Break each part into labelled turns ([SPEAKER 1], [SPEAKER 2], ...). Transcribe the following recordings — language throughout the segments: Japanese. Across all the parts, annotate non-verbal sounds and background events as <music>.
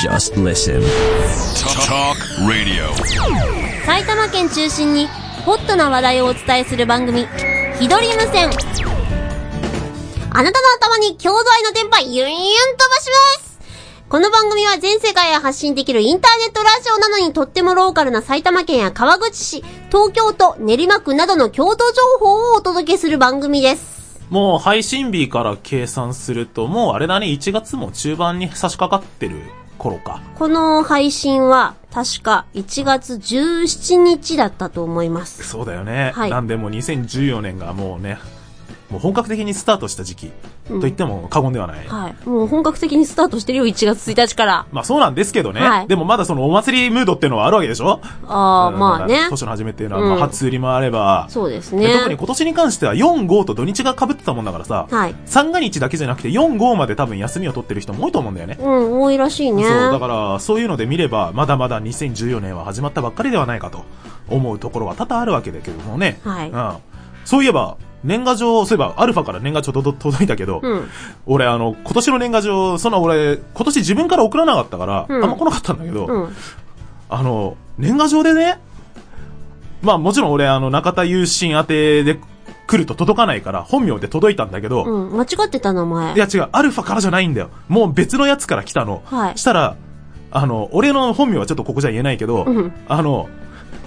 [SPEAKER 1] Just listen.
[SPEAKER 2] Talk Radio.
[SPEAKER 3] 埼玉県中心にホットな話題をお伝えする番組「ひどり無線」あなたの頭に郷土愛の電波ユンユン飛ばしますこの番組は全世界へ発信できるインターネットラジオなのにとってもローカルな埼玉県や川口市、東京都、練馬区などの郷土情報をお届けする番組です。
[SPEAKER 4] もう配信日から計算すると、もうあれだね、1月も中盤に差し掛かってる頃か。
[SPEAKER 3] この配信は確か1月17日だったと思います。
[SPEAKER 4] そうだよね。
[SPEAKER 3] はい
[SPEAKER 4] なんでもう2014年がもうね、もう本格的にスタートした時期、と言っても過言ではない。
[SPEAKER 3] はい。もう本格的にスタートしてるよ、1月1日から。
[SPEAKER 4] まあそうなんですけどね。
[SPEAKER 3] はい
[SPEAKER 4] でもまだそのお祭りムードってのはあるわけでしょ
[SPEAKER 3] ああ、まあね。
[SPEAKER 4] 年の初めっていうのは、まあ
[SPEAKER 3] うん
[SPEAKER 4] 初売りもあれば。
[SPEAKER 3] そうです
[SPEAKER 4] で
[SPEAKER 3] ね。
[SPEAKER 4] 特に今年に関しては4、5と土日が被ってたもんだからさ、
[SPEAKER 3] はい
[SPEAKER 4] 三が日だけじゃなくて4、5まで多分休みを取ってる人も多いと思うんだよね。
[SPEAKER 3] うん、多いらしいね。
[SPEAKER 4] そう、だから、そういうので見れば、まだまだ2014年は始まったばっかりではないかと思うところは多々あるわけだけどもね。
[SPEAKER 3] はい
[SPEAKER 4] うん。そういえば、年賀状、そういえば、アルファから年賀状とど届いたけど、
[SPEAKER 3] うん。
[SPEAKER 4] 俺、あの、今年の年賀状、そんな俺、今年自分から送らなかったから、
[SPEAKER 3] うん
[SPEAKER 4] あんま来なかったんだけど、
[SPEAKER 3] うん。
[SPEAKER 4] あの、年賀状でね、まあもちろん俺、あの、中田優信宛てで来ると届かないから、本名で届いたんだけど、
[SPEAKER 3] うん。間違ってた名前。
[SPEAKER 4] いや違う、アルファからじゃないんだよ。もう別のやつから来たの。
[SPEAKER 3] はい
[SPEAKER 4] したら、あの、俺の本名はちょっとここじゃ言えないけど、
[SPEAKER 3] うん
[SPEAKER 4] あの、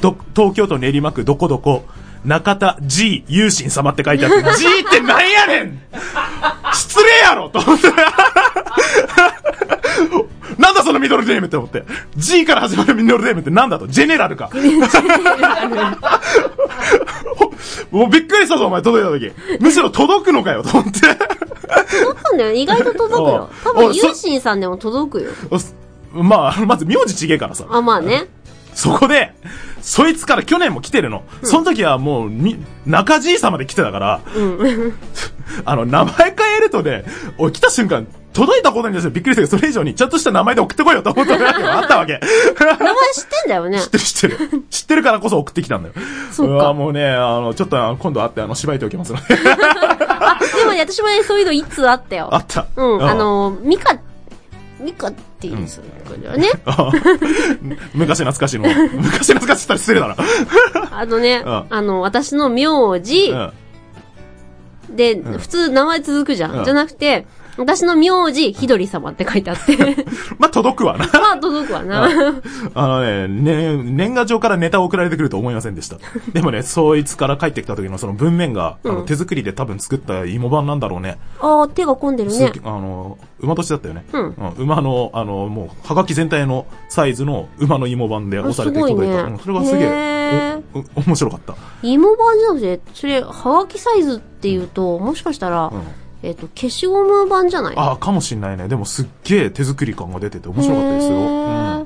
[SPEAKER 4] ど、東京都練馬区どこどこ、中田 G 優心様って書いてあって、G ってなんやねん失礼やろと思って。 <laughs> なんだそのミドルネームって思って。G から始まるミドルネームってなんだと。ジェネラルか。 <laughs> もうびっくりしたぞ、お前届いた時。むしろ届くのかよ、と思って。
[SPEAKER 3] 届くんだよ。意外と届く
[SPEAKER 4] <laughs>。
[SPEAKER 3] よ
[SPEAKER 4] お
[SPEAKER 3] 多
[SPEAKER 4] うお
[SPEAKER 3] 分、
[SPEAKER 4] う
[SPEAKER 3] ユーシンさんでも届くよ。
[SPEAKER 4] おすまあ、まず名字ちげえからさ。
[SPEAKER 3] あ、まあね。
[SPEAKER 4] そこで、そいつから去年も来てるの。その時はもう、み、中爺様で来てたから、 <laughs> あの、名前変えるとね、俺来た瞬間、届いたことにですよ。びっくりしたけど、それ以上にちゃんとした名前で送ってこいよと思った時があったわけ。
[SPEAKER 3] 名前知ってんだよね
[SPEAKER 4] 知っ。てる知ってる。知ってるからこそ送ってきたんだよ。
[SPEAKER 3] そっか
[SPEAKER 4] わもうね、あの、ちょっとあの今度会って、あの、芝居ておきますので。 <laughs>
[SPEAKER 3] でもね、私もね、そういうのいつあったよ。
[SPEAKER 4] あった。
[SPEAKER 3] うん。あ、の、ミカ、ミカっていうんですよね。
[SPEAKER 4] 昔懐かしの。昔懐かしったら失礼だな。
[SPEAKER 3] あのね、
[SPEAKER 4] うん
[SPEAKER 3] あの、私の名字
[SPEAKER 4] うん。
[SPEAKER 3] で、普通名前続くじゃ
[SPEAKER 4] うん
[SPEAKER 3] ん。じゃなくて、私の名字、ひどり様って書いてあ
[SPEAKER 4] <laughs>
[SPEAKER 3] って。
[SPEAKER 4] まあ、届くわな。
[SPEAKER 3] まあ、届くわな。
[SPEAKER 4] あのねね、年賀状からネタを送られてくると思いませ
[SPEAKER 3] <laughs>
[SPEAKER 4] んでした。でもね、そいつから帰ってきた時のその文面が、あの手作りで多分作った芋版なんだろうね。
[SPEAKER 3] ああ、手が込んでる
[SPEAKER 4] す
[SPEAKER 3] ね
[SPEAKER 4] げ。あの、馬年だったよね。
[SPEAKER 3] うん
[SPEAKER 4] 馬の、あの、もう、はがき全体のサイズの馬の芋版で押されて
[SPEAKER 3] あすごい
[SPEAKER 4] 届い
[SPEAKER 3] ね
[SPEAKER 4] た。うんそれがすげ
[SPEAKER 3] へ
[SPEAKER 4] え
[SPEAKER 3] ー、
[SPEAKER 4] おお面白かった。
[SPEAKER 3] 芋版じゃなくて、それ、はがきサイズっていうと、もしかしたら、
[SPEAKER 4] ん
[SPEAKER 3] えっと、消しゴム版じゃない
[SPEAKER 4] ああ、かもしんないね。でもすっげえ手作り感が出てて面白かったですよ。
[SPEAKER 3] へ
[SPEAKER 4] うん
[SPEAKER 3] ー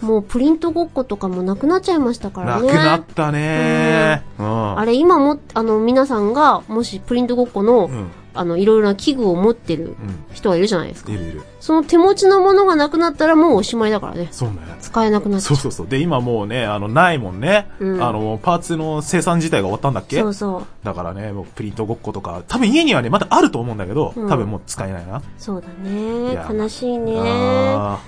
[SPEAKER 3] もうプリントごっことかもなくなっちゃいましたから
[SPEAKER 4] なく
[SPEAKER 3] ね。
[SPEAKER 4] なったねー。うん
[SPEAKER 3] あれ、今も、あの、皆さんが、もしプリントごっこの、
[SPEAKER 4] ん
[SPEAKER 3] あの、いろいろな器具を持ってる
[SPEAKER 4] うん
[SPEAKER 3] 人がいるじゃないですか。
[SPEAKER 4] いるいる。
[SPEAKER 3] その手持ちのものがなくなったらもうおしまいだからね。
[SPEAKER 4] そうね。
[SPEAKER 3] 使えなくなっちゃ。
[SPEAKER 4] <laughs> そううそうそう。で、今もうね、あの、ないもんね。
[SPEAKER 3] うん
[SPEAKER 4] あの、パーツの生産自体が終わったんだっけ
[SPEAKER 3] そうそう。
[SPEAKER 4] だからね、もうプリントごっことか、多分家にはね、まだあると思うんだけど、
[SPEAKER 3] うん
[SPEAKER 4] 多分もう使えないな。
[SPEAKER 3] そうだ
[SPEAKER 4] い
[SPEAKER 3] ね。
[SPEAKER 4] や
[SPEAKER 3] 悲しいね。
[SPEAKER 4] あ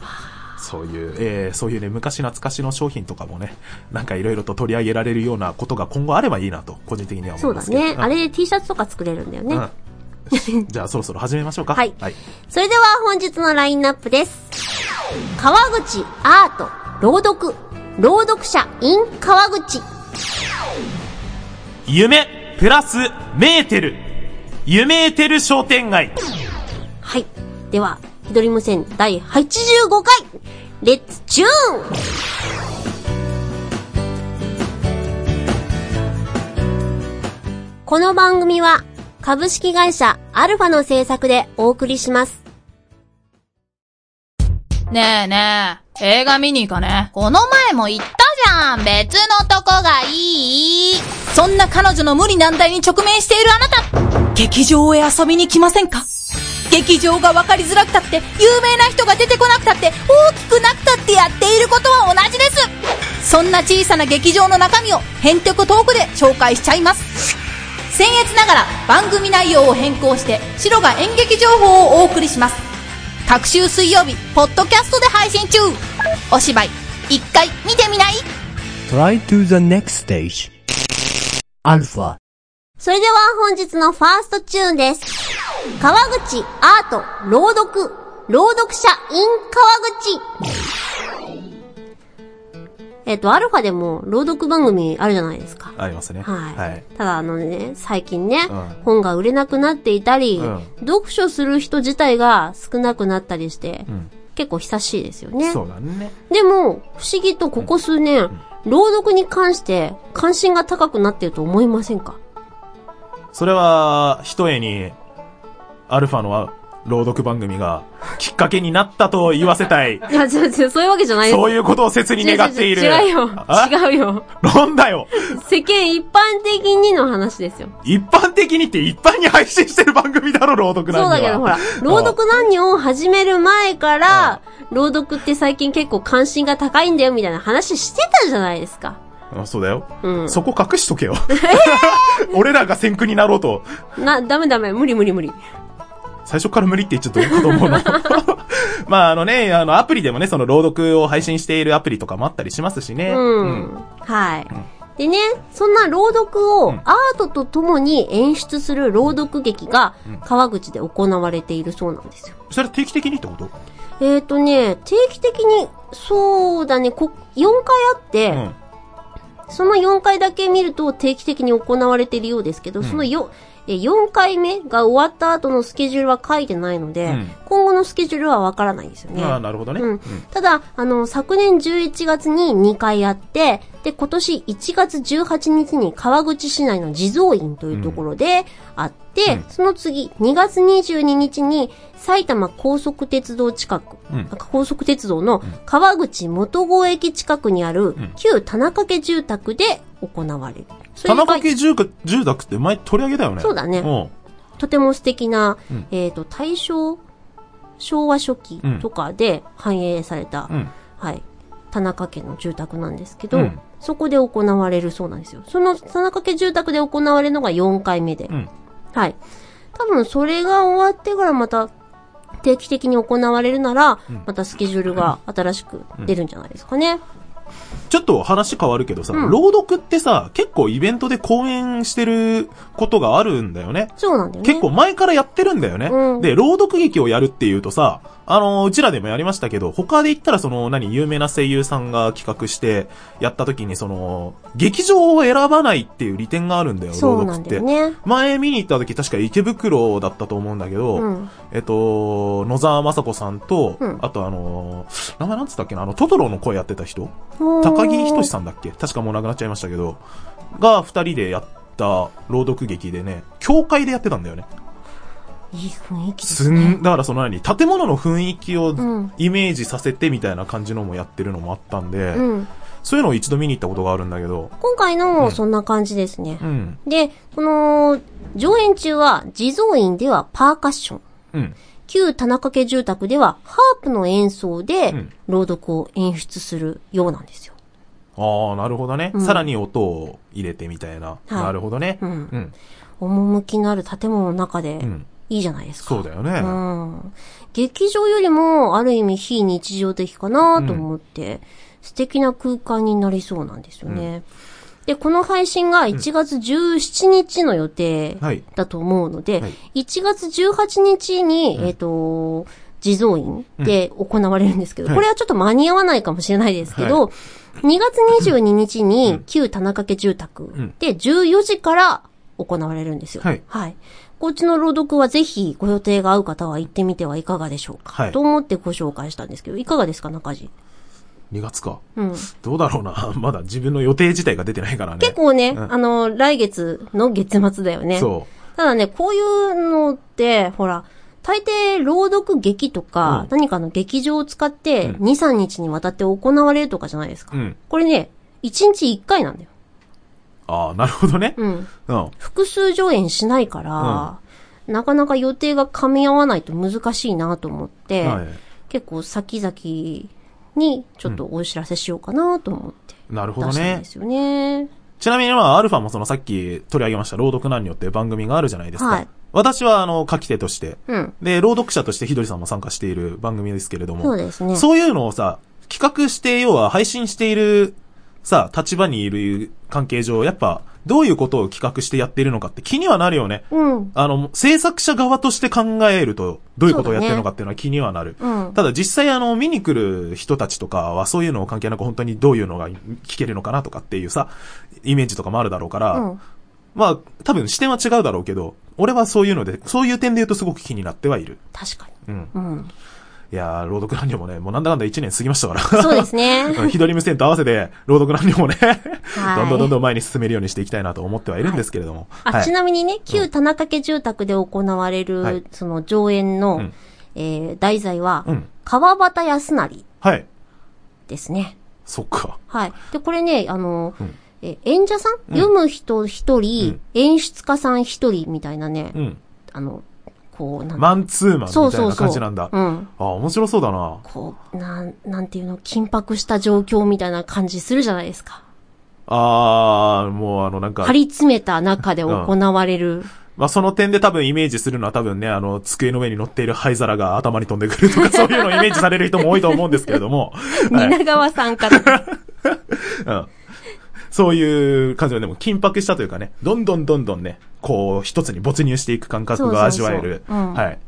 [SPEAKER 4] ーそういう、えー、そういうね、昔懐かしの商品とかもね、 <laughs> なんかいろいろと取り上げられるようなことが今後あればいいなと、個人的には思
[SPEAKER 3] そ
[SPEAKER 4] いうま
[SPEAKER 3] だ
[SPEAKER 4] すけど。
[SPEAKER 3] ね。あ
[SPEAKER 4] れ
[SPEAKER 3] れで T シャツとか作れるんだよね。
[SPEAKER 4] うん、
[SPEAKER 3] <laughs>
[SPEAKER 4] じゃあそろそろ始めましょうか。
[SPEAKER 3] はい
[SPEAKER 4] はい。
[SPEAKER 3] それでは本日のラインナップです。川口アート朗読朗読者 in 川口
[SPEAKER 4] 夢、プラス、メーテル。夢ーテル商店街。
[SPEAKER 3] はい。では、ひどり無線第85回レッツチューンこの番組は株式会社アルファの制作でお送りします。
[SPEAKER 5] ねえねえ、映画見に行かね。この前も言ったじゃん別のとこがいいそんな彼女の無理難題に直面しているあなた劇場へ遊びに来ませんか劇場が分かりづらくたって、有名な人が出てこなくたって、大きくなくたってやっていることは同じですそんな小さな劇場の中身を、変曲トークで紹介しちゃいます僭越ながら番組内容を変更して、白が演劇情報をお送りします各週水曜日、ポッドキャストで配信中お芝居、一回見てみない
[SPEAKER 1] Try to the next stage. Alpha.
[SPEAKER 3] それでは本日のファーストチューンです。川口アート朗読朗読者 in 川口。えっと、アルファでも朗読番組あるじゃないですか。
[SPEAKER 4] ありますね。
[SPEAKER 3] はい。
[SPEAKER 4] はい。
[SPEAKER 3] ただあのね、最近ね、
[SPEAKER 4] うん
[SPEAKER 3] 本が売れなくなっていたり、
[SPEAKER 4] うん
[SPEAKER 3] 読書する人自体が少なくなったりして、
[SPEAKER 4] ん
[SPEAKER 3] 結構久しいですよね。
[SPEAKER 4] そうだね。
[SPEAKER 3] でも、不思議とここ数年、朗読に関して関心が高くなってると思いませんか
[SPEAKER 4] それは、ひとえに、アルファの朗読番組がきっかけになったと言わせ
[SPEAKER 3] <laughs>
[SPEAKER 4] たい。
[SPEAKER 3] いや、違う違う、そういうわけじゃないです。
[SPEAKER 4] そういうことを切に願っている。
[SPEAKER 3] 違う違う違うよ
[SPEAKER 4] あ。
[SPEAKER 3] 違うよ。
[SPEAKER 4] なんだよ。
[SPEAKER 3] 世間一般的にの話ですよ。
[SPEAKER 4] 一般的にって一般に配信してる番組だろ、朗読
[SPEAKER 3] そ
[SPEAKER 4] な
[SPEAKER 3] う
[SPEAKER 4] んて。
[SPEAKER 3] だけどほら、 <laughs> 朗読何を始める前から、朗読って最近結構関心が高いんだよみたいな話してたじゃないですか。
[SPEAKER 4] あそうだよ。
[SPEAKER 3] うん
[SPEAKER 4] そこ隠し
[SPEAKER 3] <laughs>
[SPEAKER 4] とけよ。 <laughs> 俺らが先駆になろうと、
[SPEAKER 3] な、ダメダメ、無理無理無理。
[SPEAKER 4] 最初から無理って言っちゃった子供の。 <laughs> まああのね、あのアプリでもね、その朗読を配信しているアプリとかもあったりしますしね。
[SPEAKER 3] うん。はい。でね、そんな朗読をアートとともに演出する朗読劇が川口で行われているそうなんですよ。
[SPEAKER 4] それ定期的にってこと
[SPEAKER 3] えっ、ー、とね、定期的に、そうだね、こ4回あって、
[SPEAKER 4] うん。
[SPEAKER 3] その4回だけ見ると定期的に行われているようですけど、そのよ、え4回目が終わった後のスケジュールは書いてないので、
[SPEAKER 4] ん
[SPEAKER 3] 今後のスケジュールはわからないんですよね。
[SPEAKER 4] ああ、なるほどね。
[SPEAKER 3] うん。ただ、あの、昨年11月に2回あって、で、今年1月18日に川口市内の地蔵院というところであって、その次、2月22日に埼玉高速鉄道近く、
[SPEAKER 4] うん
[SPEAKER 3] 高速鉄道の川口元郷駅近くにある旧田中家住宅で行われる。それ
[SPEAKER 4] 田
[SPEAKER 3] が
[SPEAKER 4] 中家住宅住宅って前取り上げたよね。
[SPEAKER 3] そうだね
[SPEAKER 4] ん。
[SPEAKER 3] とても素敵な、
[SPEAKER 4] ん
[SPEAKER 3] えっ、と、大正、昭和初期とかで反映された、
[SPEAKER 4] うん
[SPEAKER 3] はい、田中家の住宅なんですけど、
[SPEAKER 4] うん
[SPEAKER 3] そこで行われるそうなんですよ。その田中家住宅で行われるのが4回目で、
[SPEAKER 4] ん
[SPEAKER 3] はい。多分それが終わってからまた定期的に行われるなら、またスケジュールが新しく出るんじゃないですかね。
[SPEAKER 4] ちょっと話変わるけどさ、
[SPEAKER 3] ん
[SPEAKER 4] 朗読ってさ、結構イベントで講演してることがあるんだよね。
[SPEAKER 3] そうなんだよね。
[SPEAKER 4] 結構前からやってるんだよね。
[SPEAKER 3] うん
[SPEAKER 4] で、朗読劇をやるっていうとさ、あのーうちらでもやりましたけど、他で言ったらその、何、有名な声優さんが企画して、やった時にその、劇場を選ばないっていう利点があるんだよ、
[SPEAKER 3] そ
[SPEAKER 4] 朗
[SPEAKER 3] う
[SPEAKER 4] 読
[SPEAKER 3] な
[SPEAKER 4] っ
[SPEAKER 3] んだ
[SPEAKER 4] て。
[SPEAKER 3] よね。
[SPEAKER 4] 前見に行った時確か池袋だったと思うんだけど、
[SPEAKER 3] うん
[SPEAKER 4] えっと、野沢雅子さんと、
[SPEAKER 3] うん
[SPEAKER 4] あとあのー名前なんつったっけな、あの、トトロの声やってた人
[SPEAKER 3] おー
[SPEAKER 4] 高木ひとしさんだっけ確かもう亡くなっちゃいましたけど、が二人でやった朗読劇でね、教会でやってたんだよね。
[SPEAKER 3] いい雰囲気です
[SPEAKER 4] すん、だからその何、建物の雰囲気を
[SPEAKER 3] ん
[SPEAKER 4] イメージさせてみたいな感じのもやってるのもあったんで、
[SPEAKER 3] うん。
[SPEAKER 4] そういうのを一度見に行ったことがあるんだけど、
[SPEAKER 3] 今回のもそんな感じですね。
[SPEAKER 4] うん、
[SPEAKER 3] で、この、上演中は、地蔵院ではパーカッション、
[SPEAKER 4] うん、
[SPEAKER 3] 旧田中家住宅ではハープの演奏で
[SPEAKER 4] ん
[SPEAKER 3] 朗読を演出するようなんですよ。
[SPEAKER 4] ああ、なるほどね、さらに音を入れてみたいな。
[SPEAKER 3] い
[SPEAKER 4] なるほどね。
[SPEAKER 3] ん
[SPEAKER 4] うん。
[SPEAKER 3] 趣のある建物の中で
[SPEAKER 4] ん、
[SPEAKER 3] いいじゃないですか。
[SPEAKER 4] そうだよね。
[SPEAKER 3] うん。劇場よりも、ある意味非日常的かなと思って、素敵な空間になりそうなんですよね。で、この配信が1月17日の予定
[SPEAKER 4] はい
[SPEAKER 3] だと思うので、
[SPEAKER 4] はい
[SPEAKER 3] 1月18日に、えっ、と、地蔵院で行われるんですけど、
[SPEAKER 4] はい
[SPEAKER 3] これはちょっと間に合わないかもしれないですけど、2月22日に旧田中家住宅で14時から行われるんですよ。
[SPEAKER 4] はい
[SPEAKER 3] はい。こっちの朗読はぜひご予定が合う方は行ってみてはいかがでしょうか。
[SPEAKER 4] はい
[SPEAKER 3] と思ってご紹介したんですけど、いかがですか、中地。
[SPEAKER 4] 2月か。
[SPEAKER 3] うん。
[SPEAKER 4] どうだろうな。 <laughs> まだ自分の予定自体が出てないからね。
[SPEAKER 3] 結構ね、
[SPEAKER 4] うん
[SPEAKER 3] あの、来月の月末だよね。
[SPEAKER 4] そ
[SPEAKER 3] ただね、こういうのって、ほら、大抵朗読劇とか、
[SPEAKER 4] うん
[SPEAKER 3] 何かの劇場を使って、2、3日にわたって行われるとかじゃないですか。
[SPEAKER 4] う。うん。
[SPEAKER 3] これね、1日1回なんだよ。
[SPEAKER 4] ああ、なるほどね。
[SPEAKER 3] うん。
[SPEAKER 4] うん。
[SPEAKER 3] 複数上演しないから、なかなか予定が噛み合わないと難しいなと思って、
[SPEAKER 4] はい
[SPEAKER 3] 結構先々にちょっとお知らせしようかなと思って
[SPEAKER 4] なるほ
[SPEAKER 3] 出
[SPEAKER 4] ど
[SPEAKER 3] したん
[SPEAKER 4] ね
[SPEAKER 3] で。すよね。
[SPEAKER 4] ちなみにまあ、アルファもそのさっき取り上げました、朗読何によっていう番組があるじゃないですか。
[SPEAKER 3] はい
[SPEAKER 4] 私は、あの、書き手として、
[SPEAKER 3] うん
[SPEAKER 4] で、朗読者としてひどりさんも参加している番組ですけれども、
[SPEAKER 3] そうですね
[SPEAKER 4] そういうのをさ、企画して、要は配信している、さ、立場にいる関係上、やっぱ、どういうことを企画してやっているのかって気にはなるよね。
[SPEAKER 3] うん。
[SPEAKER 4] あの、制作者側として考えると、どういうことをやってるのかっていうのは気にはなる。
[SPEAKER 3] うん
[SPEAKER 4] ただ実際あの、見に来る人たちとかはそういうのを関係なく本当にどういうのが聞けるのかなとかっていうさ、イメージとかもあるだろうから、
[SPEAKER 3] うん
[SPEAKER 4] まあ、多分視点は違うだろうけど、俺はそういうので、そういう点で言うとすごく気になってはいる。
[SPEAKER 3] 確
[SPEAKER 4] <laughs>
[SPEAKER 3] か
[SPEAKER 4] うん。
[SPEAKER 3] に。うん。
[SPEAKER 4] いやー、朗読何にもね、もうなんだかんだ1年過ぎましたから。
[SPEAKER 3] そう
[SPEAKER 4] <laughs>
[SPEAKER 3] ですね
[SPEAKER 4] うん左無線と合わせて、朗読何にもね、
[SPEAKER 3] はい
[SPEAKER 4] どんどんどんどん前に進めるようにしていきたいなと思ってはいるんですけれども。
[SPEAKER 3] あ、
[SPEAKER 4] はい
[SPEAKER 3] ちなみにね、旧田中家住宅で行われる、
[SPEAKER 4] はい
[SPEAKER 3] その上演の、
[SPEAKER 4] ん
[SPEAKER 3] えー、題材は、
[SPEAKER 4] うん
[SPEAKER 3] 川端康成
[SPEAKER 4] はい。
[SPEAKER 3] ですね。
[SPEAKER 4] そっか。
[SPEAKER 3] はい。で、これね、あの、
[SPEAKER 4] ん
[SPEAKER 3] え演者さん、読む人一人、演出家さん一人みたいなね、
[SPEAKER 4] うん。
[SPEAKER 3] あの、こう、なん
[SPEAKER 4] マンツーマン
[SPEAKER 3] そう
[SPEAKER 4] みたい
[SPEAKER 3] そう
[SPEAKER 4] な
[SPEAKER 3] そう。
[SPEAKER 4] 感じなんだ。
[SPEAKER 3] うん。
[SPEAKER 4] あ、面白そうだな。
[SPEAKER 3] こう、なん、なんていうの、緊迫した状況みたいな感じするじゃないですか。
[SPEAKER 4] あー、もうあのなんか
[SPEAKER 3] 張、り詰めた中で行われる。
[SPEAKER 4] まあ、その点で多分イメージするのは多分ね、あの、机の上に乗っている灰皿が頭に飛んでくると
[SPEAKER 3] <laughs>
[SPEAKER 4] か、そういうのをイメージされる人も多いと思うんですけれども、はい、
[SPEAKER 3] 蜷川さん
[SPEAKER 4] <laughs>
[SPEAKER 3] から。
[SPEAKER 4] うん。そういう感じの、でも緊迫したというかね、どんどんどんどんね、こう、一つに没入していく感覚が味わえる、
[SPEAKER 3] そうそうそううん
[SPEAKER 4] はい、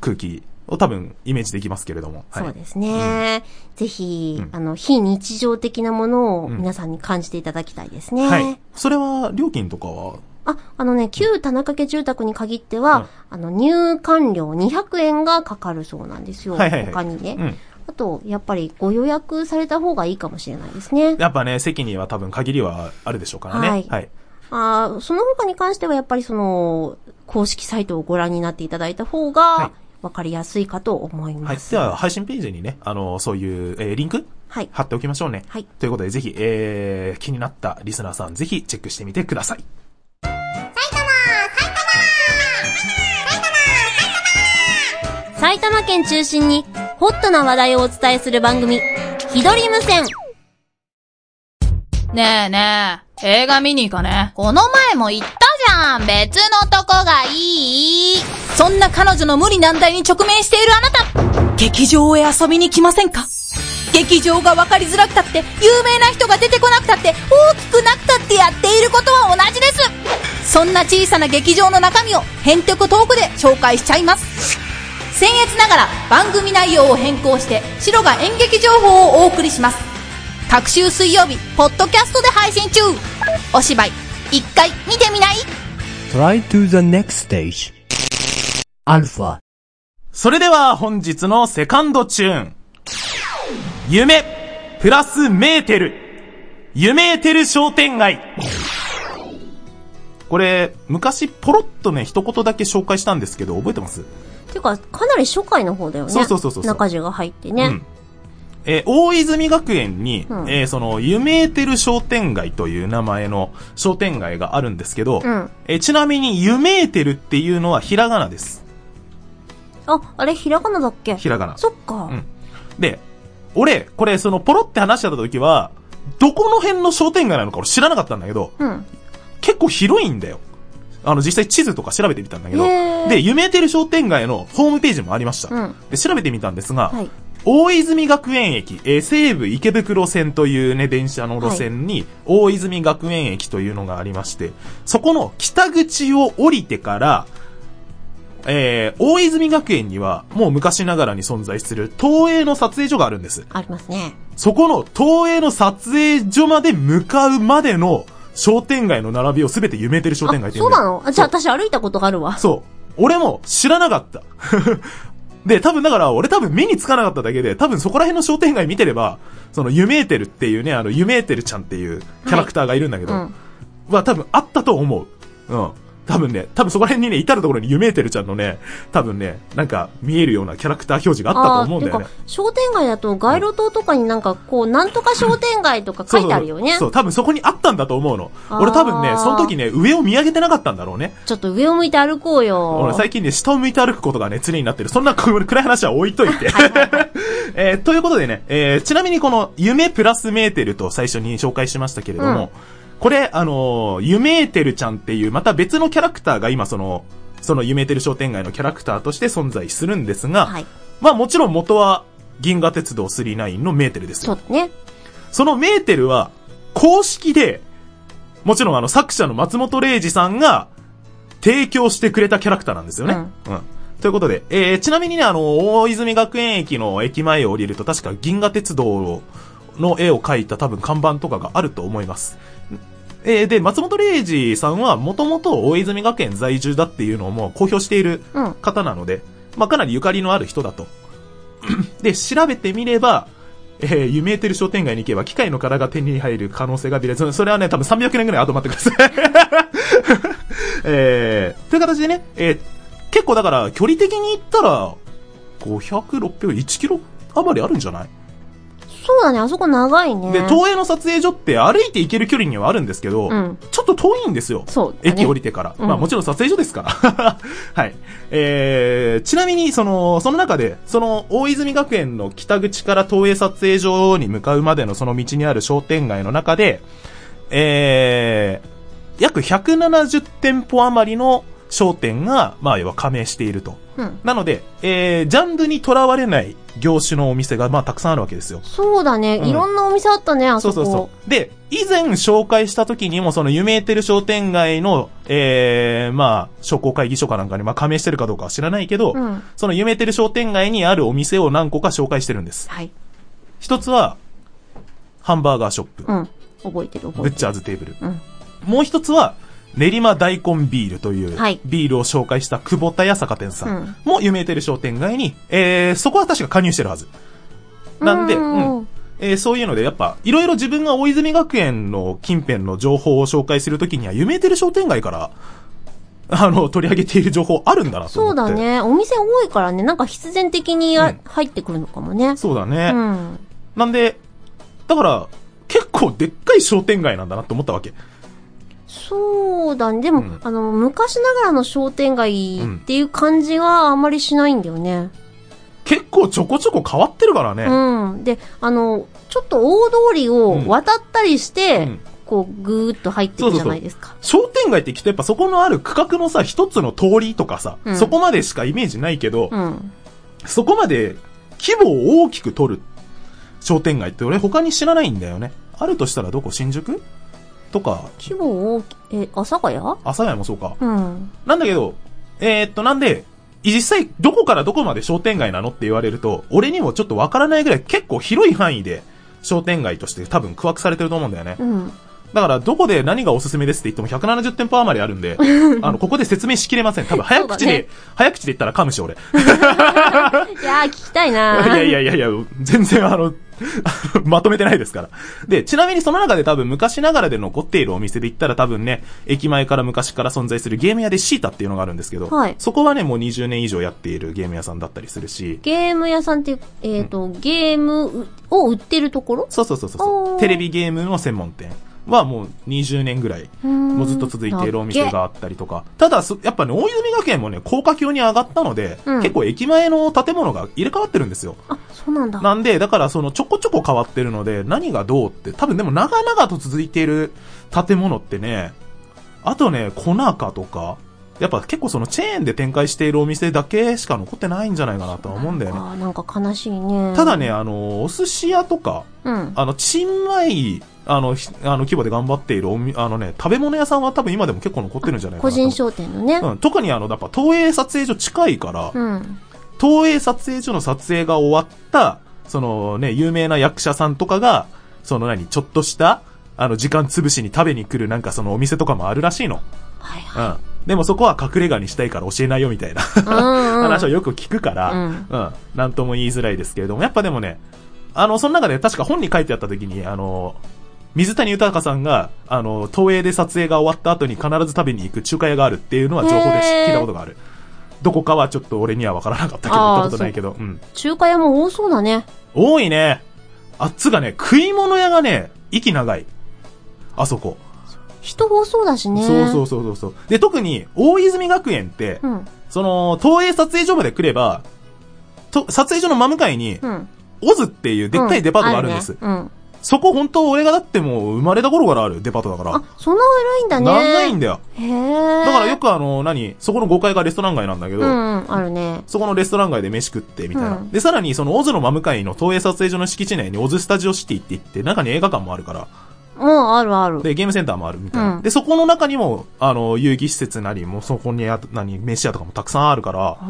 [SPEAKER 4] 空気を多分イメージできますけれども、はい。
[SPEAKER 3] そうですね。ぜひ、あの、非日常的なものを皆さんに感じていただきたいですね。
[SPEAKER 4] はい。それは、料金とかは、
[SPEAKER 3] あ、あのね、旧田中家住宅に限っては、あの、入館料200円がかかるそうなんですよ。
[SPEAKER 4] はいはいはい
[SPEAKER 3] 他にね。
[SPEAKER 4] うん
[SPEAKER 3] あと、やっぱりご予約された方がいいかもしれないですね。
[SPEAKER 4] やっぱね、席には多分限りはあるでしょうからね。
[SPEAKER 3] はい
[SPEAKER 4] はい
[SPEAKER 3] あーその他に関しては、やっぱりその、公式サイトをご覧になっていただいた方が
[SPEAKER 4] い、
[SPEAKER 3] わかりやすいかと思い
[SPEAKER 4] はい
[SPEAKER 3] ま。す。
[SPEAKER 4] では、配信ページにね、あの、そういう、えーリンク
[SPEAKER 3] はい
[SPEAKER 4] 貼っておきましょうね。
[SPEAKER 3] はい
[SPEAKER 4] ということで、ぜひ、えー、気になったリスナーさん、ぜひチェックしてみてください。
[SPEAKER 3] 埼玉県中心にホットな話題をお伝えする番組、ひどり無線。
[SPEAKER 5] ねえねえ、映画見に行かね。この前も言ったじゃん別のとこがいいそんな彼女の無理難題に直面しているあなた劇場へ遊びに来ませんか劇場が分かりづらくたって、有名な人が出てこなくたって、大きくなくたってやっていることは同じですそんな小さな劇場の中身を、ヘンテコトークで紹介しちゃいます僭越ながら番組内容を変更して、白が演劇情報をお送りします。各週水曜日、ポッドキャストで配信中お芝居、一回見てみない
[SPEAKER 1] Try to the next stage. Alpha.
[SPEAKER 4] それでは、本日のセカンドチューン。夢、プラスメーテル。夢メーテル商店街。これ、昔、ポロッとね、一言だけ紹介したんですけど、覚えてます
[SPEAKER 3] ていうか、かなり初回の方だよね。
[SPEAKER 4] そうそうそうそう
[SPEAKER 3] 中地が入ってね。
[SPEAKER 4] うんえー大泉学園
[SPEAKER 3] ん
[SPEAKER 4] に、えーその、ユメーテル商店街という名前の商店街があるんですけど、
[SPEAKER 3] うん
[SPEAKER 4] えーちなみに、ユメーテルっていうのはひらがなです。
[SPEAKER 3] あ、あれ、ひらがなだっけ
[SPEAKER 4] ひらがな
[SPEAKER 3] そっか。
[SPEAKER 4] うんで、俺、これ、その、ポロって話してた時は、どこの辺の商店街なのか俺知らなかったんだけど、
[SPEAKER 3] うん。
[SPEAKER 4] 結構広いんだよ。あの、実際地図とか調べてみたんだけど
[SPEAKER 3] へー、
[SPEAKER 4] で、ユメーテル商店街のホームページもありました。
[SPEAKER 3] うん
[SPEAKER 4] で、調べてみたんですが、
[SPEAKER 3] はい。
[SPEAKER 4] 大泉学園駅、えー西武池袋線というね、電車の路線に、大泉学園駅というのがありまして、そこの北口を降りてから、えー大泉学園には、もう昔ながらに存在する、東映の撮影所があるんです。
[SPEAKER 3] ありますね。
[SPEAKER 4] そこの東映の撮影所まで向かうまでの、商店街の並びをすべて夢めてる商店街
[SPEAKER 3] あ、
[SPEAKER 4] って言
[SPEAKER 3] そ
[SPEAKER 4] う
[SPEAKER 3] う
[SPEAKER 4] んだよ
[SPEAKER 3] なのあじゃあ私歩いたことがあるわ。
[SPEAKER 4] そう。俺も知らなかった。 <laughs> で、多分だから、俺多分目につかなかっただけで、多分そこら辺の商店街見てれば、その、ユメーテルっていうね、あの、ユメーテルちゃんっていうキャラクターがいるんだけど、
[SPEAKER 3] はい
[SPEAKER 4] は
[SPEAKER 3] うん
[SPEAKER 4] 多分あったと思う。うん。多分ね、多分そこら辺にね、至るところにユメーテルちゃんのね、多分ね、なんか見えるようなキャラクター表示があったと
[SPEAKER 3] ああ
[SPEAKER 4] 思うん
[SPEAKER 3] ー、
[SPEAKER 4] だ
[SPEAKER 3] てか
[SPEAKER 4] よね。、
[SPEAKER 3] 商店街だと街路灯とかになんかこう、なんとか商店街とか
[SPEAKER 4] そう
[SPEAKER 3] 書い
[SPEAKER 4] そ
[SPEAKER 3] うてあるよね。
[SPEAKER 4] そう、多分そこにあったんだと思うの。
[SPEAKER 3] あー
[SPEAKER 4] 俺多分ね、その時ね、上を見上げてなかったんだろうね。
[SPEAKER 3] ちょっと上を向いて歩こうよ
[SPEAKER 4] 俺。最近ね、下を向いて歩くことがね、常になってる。そんなこう暗い話は置いといて。 <laughs> えーということでね、えーちなみにこの、夢プラスメーテルと最初に紹介しましたけれども、これ、あのー、ユメーテルちゃんっていう、また別のキャラクターが今その、その夢てる商店街のキャラクターとして存在するんですが、
[SPEAKER 3] はい
[SPEAKER 4] まあもちろん元は銀河鉄道39のメーテルです
[SPEAKER 3] そ
[SPEAKER 4] よ。
[SPEAKER 3] うだね。
[SPEAKER 4] そのメーテルは公式で、もちろんあの作者の松本零士さんが提供してくれたキャラクターなんですよね。うん。ということで、えー、ちなみにね、あの、大泉学園駅の駅前を降りると確か銀河鉄道の絵を描いた多分看板とかがあると思います。えー、で、松本零士さんはもともと大泉学園在住だっていうのをもう公表している
[SPEAKER 3] うん
[SPEAKER 4] 方なので、まあ、かなりゆかりのある人だと。 <clears throat> で、調べてみれば、えー、ユメーテル商店街に行けば機械の殻が手に入る可能性が出る。そそれはね、多分300年ぐらい後待ってください。 <laughs> えー、という形でね、えー、結構だから、距離的に言ったら、500、600、1キロ余りあるんじゃない
[SPEAKER 3] そうだね、あそこ長いね。
[SPEAKER 4] で、東映の撮影所って歩いて行ける距離にはあるんですけど、
[SPEAKER 3] うん
[SPEAKER 4] ちょっと遠いんですよ。
[SPEAKER 3] そうだね
[SPEAKER 4] 駅降りてから。
[SPEAKER 3] うん
[SPEAKER 4] まあもちろん撮影所ですから。 <laughs> はい。えー、ちなみに、その、その中で、その、大泉学園の北口から東映撮影所に向かうまでのその道にある商店街の中で、えー、約170店舗余りの商店が、まあ要は加盟していると。
[SPEAKER 3] うん。
[SPEAKER 4] なので、えー、ジャンルにとらわれない業種のお店が、まあたくさんあるわけですよ。
[SPEAKER 3] そうだね、
[SPEAKER 4] うん
[SPEAKER 3] いろんなお店あったね、あ
[SPEAKER 4] そ
[SPEAKER 3] そうこ。
[SPEAKER 4] そうそう。で、以前紹介した時にも、その、ユメーテル商店街の、ええまあ、商工会議所かなんかに、まあ、加盟してるかどうかは知らないけど、
[SPEAKER 3] うん
[SPEAKER 4] その、ユメーテル商店街にあるお店を何個か紹介してるんです。
[SPEAKER 3] はい。
[SPEAKER 4] 一つは、ハンバーガーショップ、
[SPEAKER 3] うん。覚えてる、覚
[SPEAKER 4] ブ
[SPEAKER 3] え
[SPEAKER 4] ッ
[SPEAKER 3] て
[SPEAKER 4] チャーズテーブル。
[SPEAKER 3] ん
[SPEAKER 4] もう一つは、練馬大根ビールという、
[SPEAKER 3] はい
[SPEAKER 4] ビールを紹介した久保田屋坂店さ
[SPEAKER 3] うん
[SPEAKER 4] んも、ユメーテル商店街に、えー、そこは確か加入してるはず。
[SPEAKER 3] る。
[SPEAKER 4] なんで、
[SPEAKER 3] う
[SPEAKER 4] うん。えーそういうので、やっぱ、いろいろ自分が大泉学園の近辺の情報を紹介するときには、夢てる商店街から、 <laughs> あの、取り上げている情報あるんだなと
[SPEAKER 3] そ
[SPEAKER 4] 思
[SPEAKER 3] う
[SPEAKER 4] って。
[SPEAKER 3] だ。ね。お店多いからね、なんか必然的にあ
[SPEAKER 4] うん
[SPEAKER 3] 入ってくるのかもね。
[SPEAKER 4] そうだ
[SPEAKER 3] う
[SPEAKER 4] ね。
[SPEAKER 3] ん。
[SPEAKER 4] なんで、だから、結構でっかい商店街なんだなって思ったわけ。
[SPEAKER 3] そうだね。でも、
[SPEAKER 4] うん
[SPEAKER 3] あの、昔ながらの商店街
[SPEAKER 4] うん
[SPEAKER 3] っていう感じがあんまりしないんだよね。
[SPEAKER 4] 結構ちょこちょこ変わってるからね。
[SPEAKER 3] うん。で、あの、ちょっと大通り
[SPEAKER 4] う
[SPEAKER 3] を
[SPEAKER 4] ん
[SPEAKER 3] 渡ったりして、
[SPEAKER 4] うん
[SPEAKER 3] こう、ぐーっと入っていくじゃないですか。
[SPEAKER 4] 商店街ってきっとやっぱそこのある区画のさ、一つの通りとかさ、
[SPEAKER 3] うん
[SPEAKER 4] そこまでしかイメージないけど、
[SPEAKER 3] うん。
[SPEAKER 4] そこまで規模を大きく取る商店街って俺他に知らないんだよね。あるとしたらどこ新宿とか、
[SPEAKER 3] 規模大き、え、阿佐ヶ谷
[SPEAKER 4] 阿佐ヶ谷もそうか。
[SPEAKER 3] うん。
[SPEAKER 4] なんだけど、えーっと、なんで、実際どこからどこまで商店街なのって言われると、俺にもちょっとわからないぐらい結構広い範囲で商店街として多分区画されてると思うんだよね。
[SPEAKER 3] うん。
[SPEAKER 4] だからどこで何がおすすめですって言っても170店舗余りある
[SPEAKER 3] <laughs>
[SPEAKER 4] んで、あの、ここで説明しきれません。多分早口
[SPEAKER 3] そうだ
[SPEAKER 4] で、
[SPEAKER 3] ね
[SPEAKER 4] 早口で言ったら噛むし俺。
[SPEAKER 3] いやー、聞きたいなー
[SPEAKER 4] <laughs> いやいやいやいや、全然あの、 <laughs> まとめてないですから。で、ちなみにその中で多分昔ながらで残っているお店で言ったら多分ね、駅前から昔から存在するゲーム屋でシータっていうのがあるんですけど、
[SPEAKER 3] はい
[SPEAKER 4] そこはね、もう20年以上やっているゲーム屋さんだったりするし、
[SPEAKER 3] ゲーム屋さんって、えっ、と、ゲームを売ってるところ
[SPEAKER 4] そうそうそうそう
[SPEAKER 3] お
[SPEAKER 4] そ
[SPEAKER 3] ー
[SPEAKER 4] う、テレビゲームの専門店はもう20年ぐらい、
[SPEAKER 3] うーん
[SPEAKER 4] もうずっと続いているお店があったりとか、ただそ、やっぱね、大泉学園もね、高架橋に上がったので、
[SPEAKER 3] うん
[SPEAKER 4] 結構駅前の建物が入れ替わってるんですよ。
[SPEAKER 3] あ、そうなんだ。
[SPEAKER 4] なんで、だからそのちょこちょこ変わってるので、何がどうって、多分でも長々と続いている建物ってね、あとね、コナカとか、やっぱ結構そのチェーンで展開しているお店だけしか残ってないんじゃないかなとは思うんだよね。
[SPEAKER 3] あーなんか悲しいね。
[SPEAKER 4] ただね、、あの、お寿司屋とか、
[SPEAKER 3] うん。
[SPEAKER 4] あの、ちんまい、あの、ひあの規模で頑張っているおみ、あのね、食べ物屋さんは多分今でも結構残ってるんじゃないか
[SPEAKER 3] 個
[SPEAKER 4] なと
[SPEAKER 3] 人
[SPEAKER 4] 思う。
[SPEAKER 3] 商店のね。
[SPEAKER 4] うん、特にあの、やっぱ東映撮影所近いから、
[SPEAKER 3] うん。
[SPEAKER 4] 東映撮影所の撮影が終わった、そのね、有名な役者さんとかが、その何、ちょっとした、あの、時間潰しに食べに来るなんかそのお店とかもあるらしいの。
[SPEAKER 3] はいは
[SPEAKER 4] うん。でもそこは隠れ家にしたいから教えないよみたいな話を
[SPEAKER 3] い。
[SPEAKER 4] よく聞くから、
[SPEAKER 3] うん
[SPEAKER 4] うん。なんとも言いづらいですけれども、やっぱでもね、あの、その中で確か本に書いてあった時に、あの、水谷豊さんが、あの、東映で撮影が終わった後に必ず食べに行く中華屋があるっていうのは情報で知
[SPEAKER 3] へー
[SPEAKER 4] 聞いたことがある。どこかはちょっと俺には分からなかったけど、
[SPEAKER 3] あー
[SPEAKER 4] 行ったことないけど、うん。
[SPEAKER 3] 中華屋も多そうだね。
[SPEAKER 4] 多いね。あっつがね、食い物屋がね、息長い。あそこ。
[SPEAKER 3] 人多そうだしね。
[SPEAKER 4] そうそうそうそうそう。で、特に、大泉学園って、
[SPEAKER 3] うん。
[SPEAKER 4] その、東映撮影所まで来れば、と撮影所の真向かいに
[SPEAKER 3] う、ん。
[SPEAKER 4] オズっていうでっかいデパートがあるんです。
[SPEAKER 3] うん。
[SPEAKER 4] そこ本当俺がだってもう生まれた頃からあるデパートだから。
[SPEAKER 3] あ、そんな古いんだね。
[SPEAKER 4] なんないんだよ。
[SPEAKER 3] へえ。
[SPEAKER 4] だからよくあの、何そこの5階がレストラン街なんだけど、
[SPEAKER 3] うん、うん、あるね。
[SPEAKER 4] そこのレストラン街で飯食って、みたいな。
[SPEAKER 3] うん
[SPEAKER 4] で、さらにそのオズの真向かいの東映撮影所の敷地内にオズスタジオシティって言って、中に映画館もあるから、
[SPEAKER 3] うん、あるある。
[SPEAKER 4] で、ゲームセンターもあるみたいな。
[SPEAKER 3] うん
[SPEAKER 4] で、そこの中にも、あの、遊戯施設なり、もうそこにあ、何、飯屋とかもたくさんあるから、
[SPEAKER 3] あ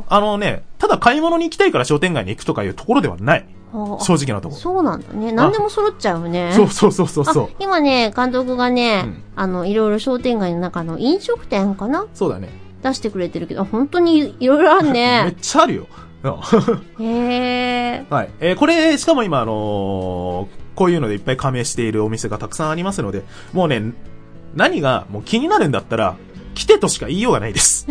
[SPEAKER 3] ー
[SPEAKER 4] あのね、ただ買い物に行きたいから商店街に行くとかいうところではない。
[SPEAKER 3] あー。
[SPEAKER 4] 正直なところ。
[SPEAKER 3] そうなんだね。何でも揃っちゃうね。
[SPEAKER 4] そうそうそうそうそう
[SPEAKER 3] あ。今ね、監督がね、
[SPEAKER 4] うん
[SPEAKER 3] あの、いろいろ商店街の中の飲食店かな
[SPEAKER 4] そうだね。
[SPEAKER 3] 出してくれてるけど、あ本当にいろいろある
[SPEAKER 4] めっ
[SPEAKER 3] ね。
[SPEAKER 4] ちゃあるよ。うん
[SPEAKER 3] へえ。
[SPEAKER 4] はい。えーこれ、しかも今、あのーこういうのでいっぱい加盟しているお店がたくさんありますので、もうね、何が、もう気になるんだったら、来てとしか言いようがない
[SPEAKER 3] <laughs>
[SPEAKER 4] です。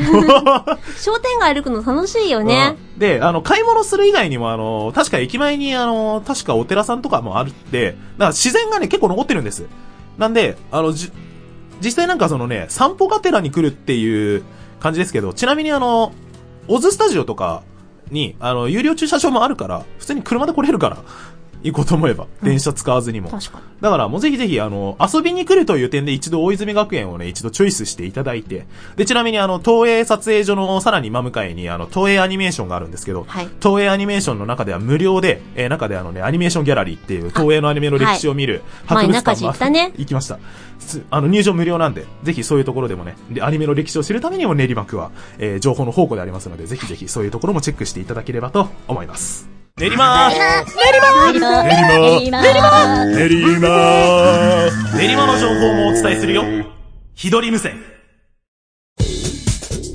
[SPEAKER 3] 商店街歩くの楽しいよね。
[SPEAKER 4] うんで、あの、買い物する以外にも、あの、確か駅前に、あの、確かお寺さんとかもあるって、だから自然がね、結構残ってるんです。なんで、あの、じ、実際なんかそのね、散歩がてらに来るっていう感じですけど、ちなみにあの、オズスタジオとかに、あの、有料駐車場もあるから、普通に車で来れるから、行こうと思えば、電車使わずにも。
[SPEAKER 3] 確かに。
[SPEAKER 4] だからもうぜひぜひ、あの、遊びに来るという点で一度大泉学園をね、一度チョイスしていただいて、で、ちなみにあの、東映撮影所のさらに真向かいに、あの、東映アニメーションがあるんですけど、
[SPEAKER 3] はい
[SPEAKER 4] 東映アニメーションの中では無料で、えー中であのね、アニメーションギャラリーっていう、東映のアニメの歴史を見る、
[SPEAKER 3] はい
[SPEAKER 4] 博物館
[SPEAKER 3] 前中地行ったね
[SPEAKER 4] 行きました。すあの、入場無料なんで、ぜひそういうところでもね、でアニメの歴史を知るためにも練馬区は、えー情報の宝庫でありますので、ぜひぜひそういうところもチェックしていただければと思います。練馬
[SPEAKER 3] 練馬
[SPEAKER 2] 練
[SPEAKER 3] 馬
[SPEAKER 2] 馬練馬
[SPEAKER 4] 練馬の情報もお伝えするよ。ひどり無線。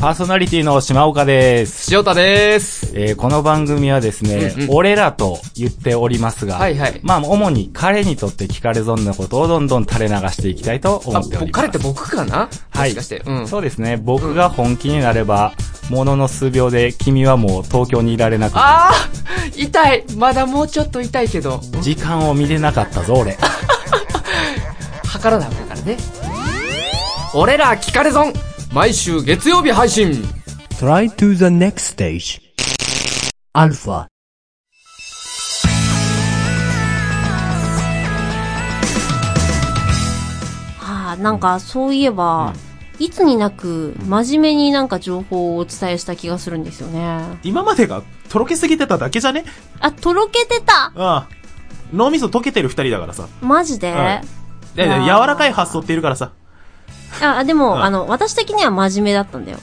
[SPEAKER 6] パーソナリティの島岡です。
[SPEAKER 7] 塩田です。
[SPEAKER 6] えーこの番組はですね、
[SPEAKER 7] うんうん
[SPEAKER 6] 俺らと言っておりますが、
[SPEAKER 7] はいはい
[SPEAKER 6] まあ、主に彼にとって聞かれ損なことをどんどん垂れ流していきたいと思
[SPEAKER 7] あ、
[SPEAKER 6] っております。
[SPEAKER 7] 彼って僕かな
[SPEAKER 6] はい
[SPEAKER 7] もしかして。うん。
[SPEAKER 6] そうですね、僕が本気になれば、ものの数秒で君はもう東京にいられなくなる
[SPEAKER 7] あー痛いまだもうちょっと痛いけど、
[SPEAKER 6] 時間を見れなかったぞ、俺。
[SPEAKER 7] 測らなあかんからね。俺ら聞かれ損毎週月曜日配信
[SPEAKER 1] Try to the next stage. Alpha.
[SPEAKER 3] はあ、なんか、そういえば、いつになく、真面目になんか情報をお伝えした気がするんですよね。
[SPEAKER 4] 今までがとろけすぎてただけじゃね
[SPEAKER 3] あ、とろけてた
[SPEAKER 4] ああ。脳みそ溶けてる二人だからさ。
[SPEAKER 3] マジで、
[SPEAKER 4] はいいやいや
[SPEAKER 3] あー
[SPEAKER 4] 柔らかい発想っているからさ。
[SPEAKER 3] あ、でも、
[SPEAKER 4] うん
[SPEAKER 3] あの、私的には真面目だったんだよ。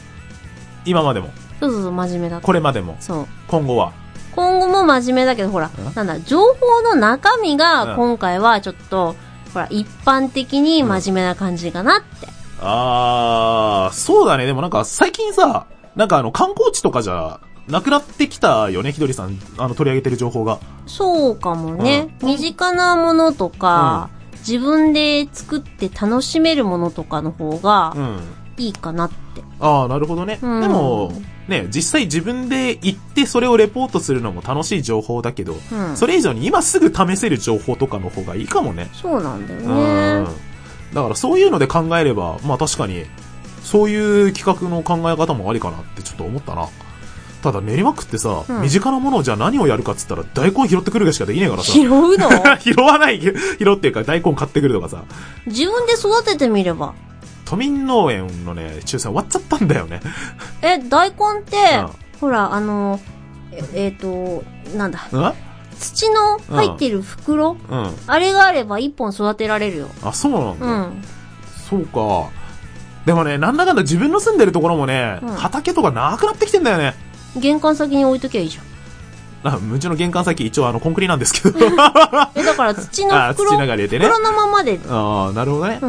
[SPEAKER 4] 今までも、
[SPEAKER 3] そうそうそう、真面目だった。
[SPEAKER 4] これまでも、
[SPEAKER 3] そう。
[SPEAKER 4] 今後は。
[SPEAKER 3] 今後も真面目だけど、ほら、なんだ、情報の中身
[SPEAKER 4] うん
[SPEAKER 3] が、今回はちょっと、ほら、一般的に真面目な感じかなって。
[SPEAKER 4] あー、そうだね。でもなんか最近さ、なんかあの観光地とかじゃなくなってきたよね、ひどりさん。あの取り上げてる情報が。
[SPEAKER 3] そうかもね。身近なものとか、自分で作って楽しめるものとかの方
[SPEAKER 4] う
[SPEAKER 3] が、
[SPEAKER 4] ん。
[SPEAKER 3] いいかなって。
[SPEAKER 4] ああ、なるほどね。
[SPEAKER 3] うん
[SPEAKER 4] でも、ね、実際自分で行ってそれをレポートするのも楽しい情報だけど、
[SPEAKER 3] うん
[SPEAKER 4] それ以上に今すぐ試せる情報とかの方がいいかもね。
[SPEAKER 3] そうなんだよ
[SPEAKER 4] うん
[SPEAKER 3] ね。。
[SPEAKER 4] だからそういうので考えれば、まあ確かに、そういう企画の考え方もありかなってちょっと思ったな。ただ練馬区ってさ、
[SPEAKER 3] うん
[SPEAKER 4] 身近なものをじゃあ何をやるかっつったら大根拾ってくるがしかできねえからさ。
[SPEAKER 3] 拾うの
[SPEAKER 4] <laughs> 拾わない、 <laughs> 拾っていうか大根買ってくるとかさ。
[SPEAKER 3] 自分で育ててみれば。
[SPEAKER 4] 都民農園のね、抽選終わっちゃったんだよね。
[SPEAKER 3] え、大根って
[SPEAKER 4] うん、
[SPEAKER 3] ほら、あの、えっ、えーと、なんだ、
[SPEAKER 4] うん
[SPEAKER 3] 土の入ってる袋、
[SPEAKER 4] うん。
[SPEAKER 3] あれがあれば一本育てられるよ。
[SPEAKER 4] あ、そうなんだ。
[SPEAKER 3] うん。
[SPEAKER 4] そうか。でもね、なんだかんだ自分の住んでるところもね、
[SPEAKER 3] うん
[SPEAKER 4] 畑とかなくなってきてんだよね。
[SPEAKER 3] 玄関先に置いときゃいいじゃん。
[SPEAKER 4] あ、うちの玄関先一応あの、コンクリなんですけ
[SPEAKER 3] <laughs>
[SPEAKER 4] ど。
[SPEAKER 3] え、だから土の
[SPEAKER 4] あ、土
[SPEAKER 3] 袋、
[SPEAKER 4] 流れてね。
[SPEAKER 3] 袋のままで。
[SPEAKER 4] ああ、なるほどね。
[SPEAKER 3] う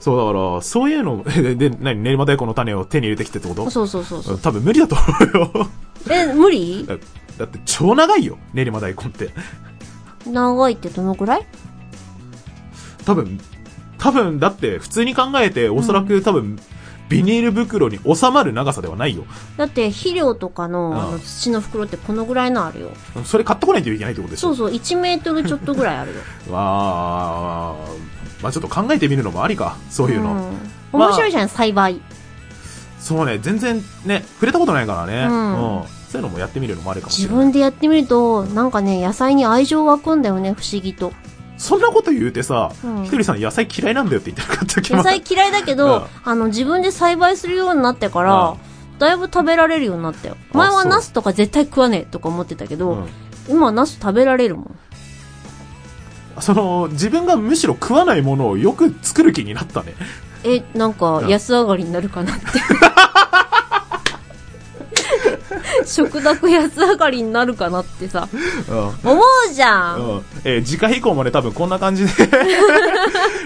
[SPEAKER 4] そう、だから、そういうの、え <laughs> で、で、何、練馬大根の種を手に入れてきてってこと
[SPEAKER 3] ん。そうそうそうそう。
[SPEAKER 4] 多分無理だと思うよ。
[SPEAKER 3] え、無理
[SPEAKER 4] だだって、超長いよ、練馬大根って。
[SPEAKER 3] 長いってどのくらい
[SPEAKER 4] 多分、多分、だって、普通に考えて、おそらく多分、ビニール袋に収まる長さではないよ。
[SPEAKER 3] だって肥料とかの,、
[SPEAKER 4] うん
[SPEAKER 3] あの土の袋ってこのぐらいのあるよ。
[SPEAKER 4] それ買ってこないといけないってことでし
[SPEAKER 3] そ
[SPEAKER 4] ょ
[SPEAKER 3] うそう、1メートルちょっとぐらいあるよ。
[SPEAKER 4] わあ、まあちょっと考えてみるのもありか、そう <laughs> いうの。
[SPEAKER 3] うん、面白いじゃん、栽培。
[SPEAKER 4] そうね、全然ね、触れたことないからね。
[SPEAKER 3] うん
[SPEAKER 4] うんそういうのもやってみるのもあるかもしれ
[SPEAKER 3] 自
[SPEAKER 4] ない。
[SPEAKER 3] 分でやってみると、なんかね、野菜に愛情湧くんだよね、不思議
[SPEAKER 4] <laughs>
[SPEAKER 3] と。
[SPEAKER 4] そんなこと言うてさ、
[SPEAKER 3] うん
[SPEAKER 4] ひとりさん野菜嫌いなんだよって言ってなかったっけ
[SPEAKER 3] 野菜嫌いだけど、
[SPEAKER 4] うん
[SPEAKER 3] あの、自分で栽培するようになってから、
[SPEAKER 4] うん
[SPEAKER 3] だいぶ食べられるようになったよ。前は
[SPEAKER 4] そう
[SPEAKER 3] ナスとか絶対食わねえとか思ってたけど、
[SPEAKER 4] うん
[SPEAKER 3] 今はナス食べられるもん。
[SPEAKER 4] <laughs> その、自分がむしろ食わないものをよく作る気になったね。
[SPEAKER 3] え、なんか
[SPEAKER 4] うん
[SPEAKER 3] 安上がりになるかなって。 <laughs> 食卓安上がりになるかなってさ、
[SPEAKER 4] うん。
[SPEAKER 3] 思うじゃん。
[SPEAKER 4] うんえー次回以降もね、多分こんな感
[SPEAKER 3] <laughs>
[SPEAKER 4] じで、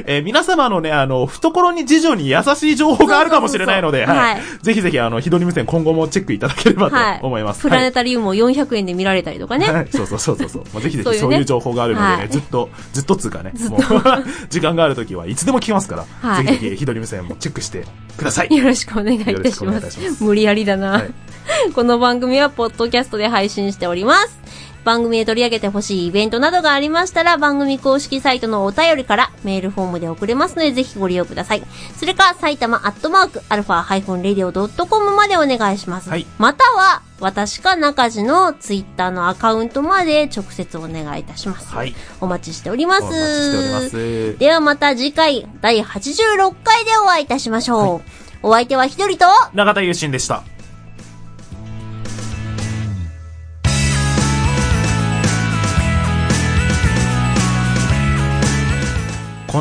[SPEAKER 4] えー皆様のね、あの、懐に事情に優しい情報があるかもしれないの
[SPEAKER 3] そ
[SPEAKER 4] で、
[SPEAKER 3] うそうそうそう
[SPEAKER 4] はい
[SPEAKER 3] は
[SPEAKER 4] ぜひぜひ、あの、ひどり無線今後もチェックいただければ
[SPEAKER 3] はい。
[SPEAKER 4] と思います。
[SPEAKER 3] プラ
[SPEAKER 4] はい
[SPEAKER 3] ネタリウムを400円で見られたりとかね。
[SPEAKER 4] はい、そうそうそうそうそう。まあ、ぜひぜ
[SPEAKER 3] そう
[SPEAKER 4] ひ
[SPEAKER 3] いうね
[SPEAKER 4] そういう情報があるのでね、
[SPEAKER 3] はい
[SPEAKER 4] ずっと、ずっとっつうかね、もう、 <laughs> 時間があるときはいつでも聞きますから、
[SPEAKER 3] はい
[SPEAKER 4] ぜひぜひ、ひどり無線もチェックしてください。
[SPEAKER 3] よろしくお願いいたし
[SPEAKER 4] よ
[SPEAKER 3] ま
[SPEAKER 4] ろ
[SPEAKER 3] す
[SPEAKER 4] しく。お願いいたします
[SPEAKER 3] 無理やりだな、
[SPEAKER 4] はい
[SPEAKER 3] <laughs> この番組はポッドキャストで配信しております。番組で取り上げてほしいイベントなどがありましたら、番組公式サイトのお便りからメールフォームで送れますので、ぜひご利用ください。それか、埼玉アットマーク、アルファハイフンレディオドットコムまでお願いします。
[SPEAKER 4] はい
[SPEAKER 3] または、私か中地のツイッターのアカウントまで直接お願いいたします。
[SPEAKER 4] はい。
[SPEAKER 3] お待ちしております。
[SPEAKER 4] お待ちしております。
[SPEAKER 3] ではまた次回、第86回でお会いいたしましょう。お相手は一人と、
[SPEAKER 4] 永田優心でした。こ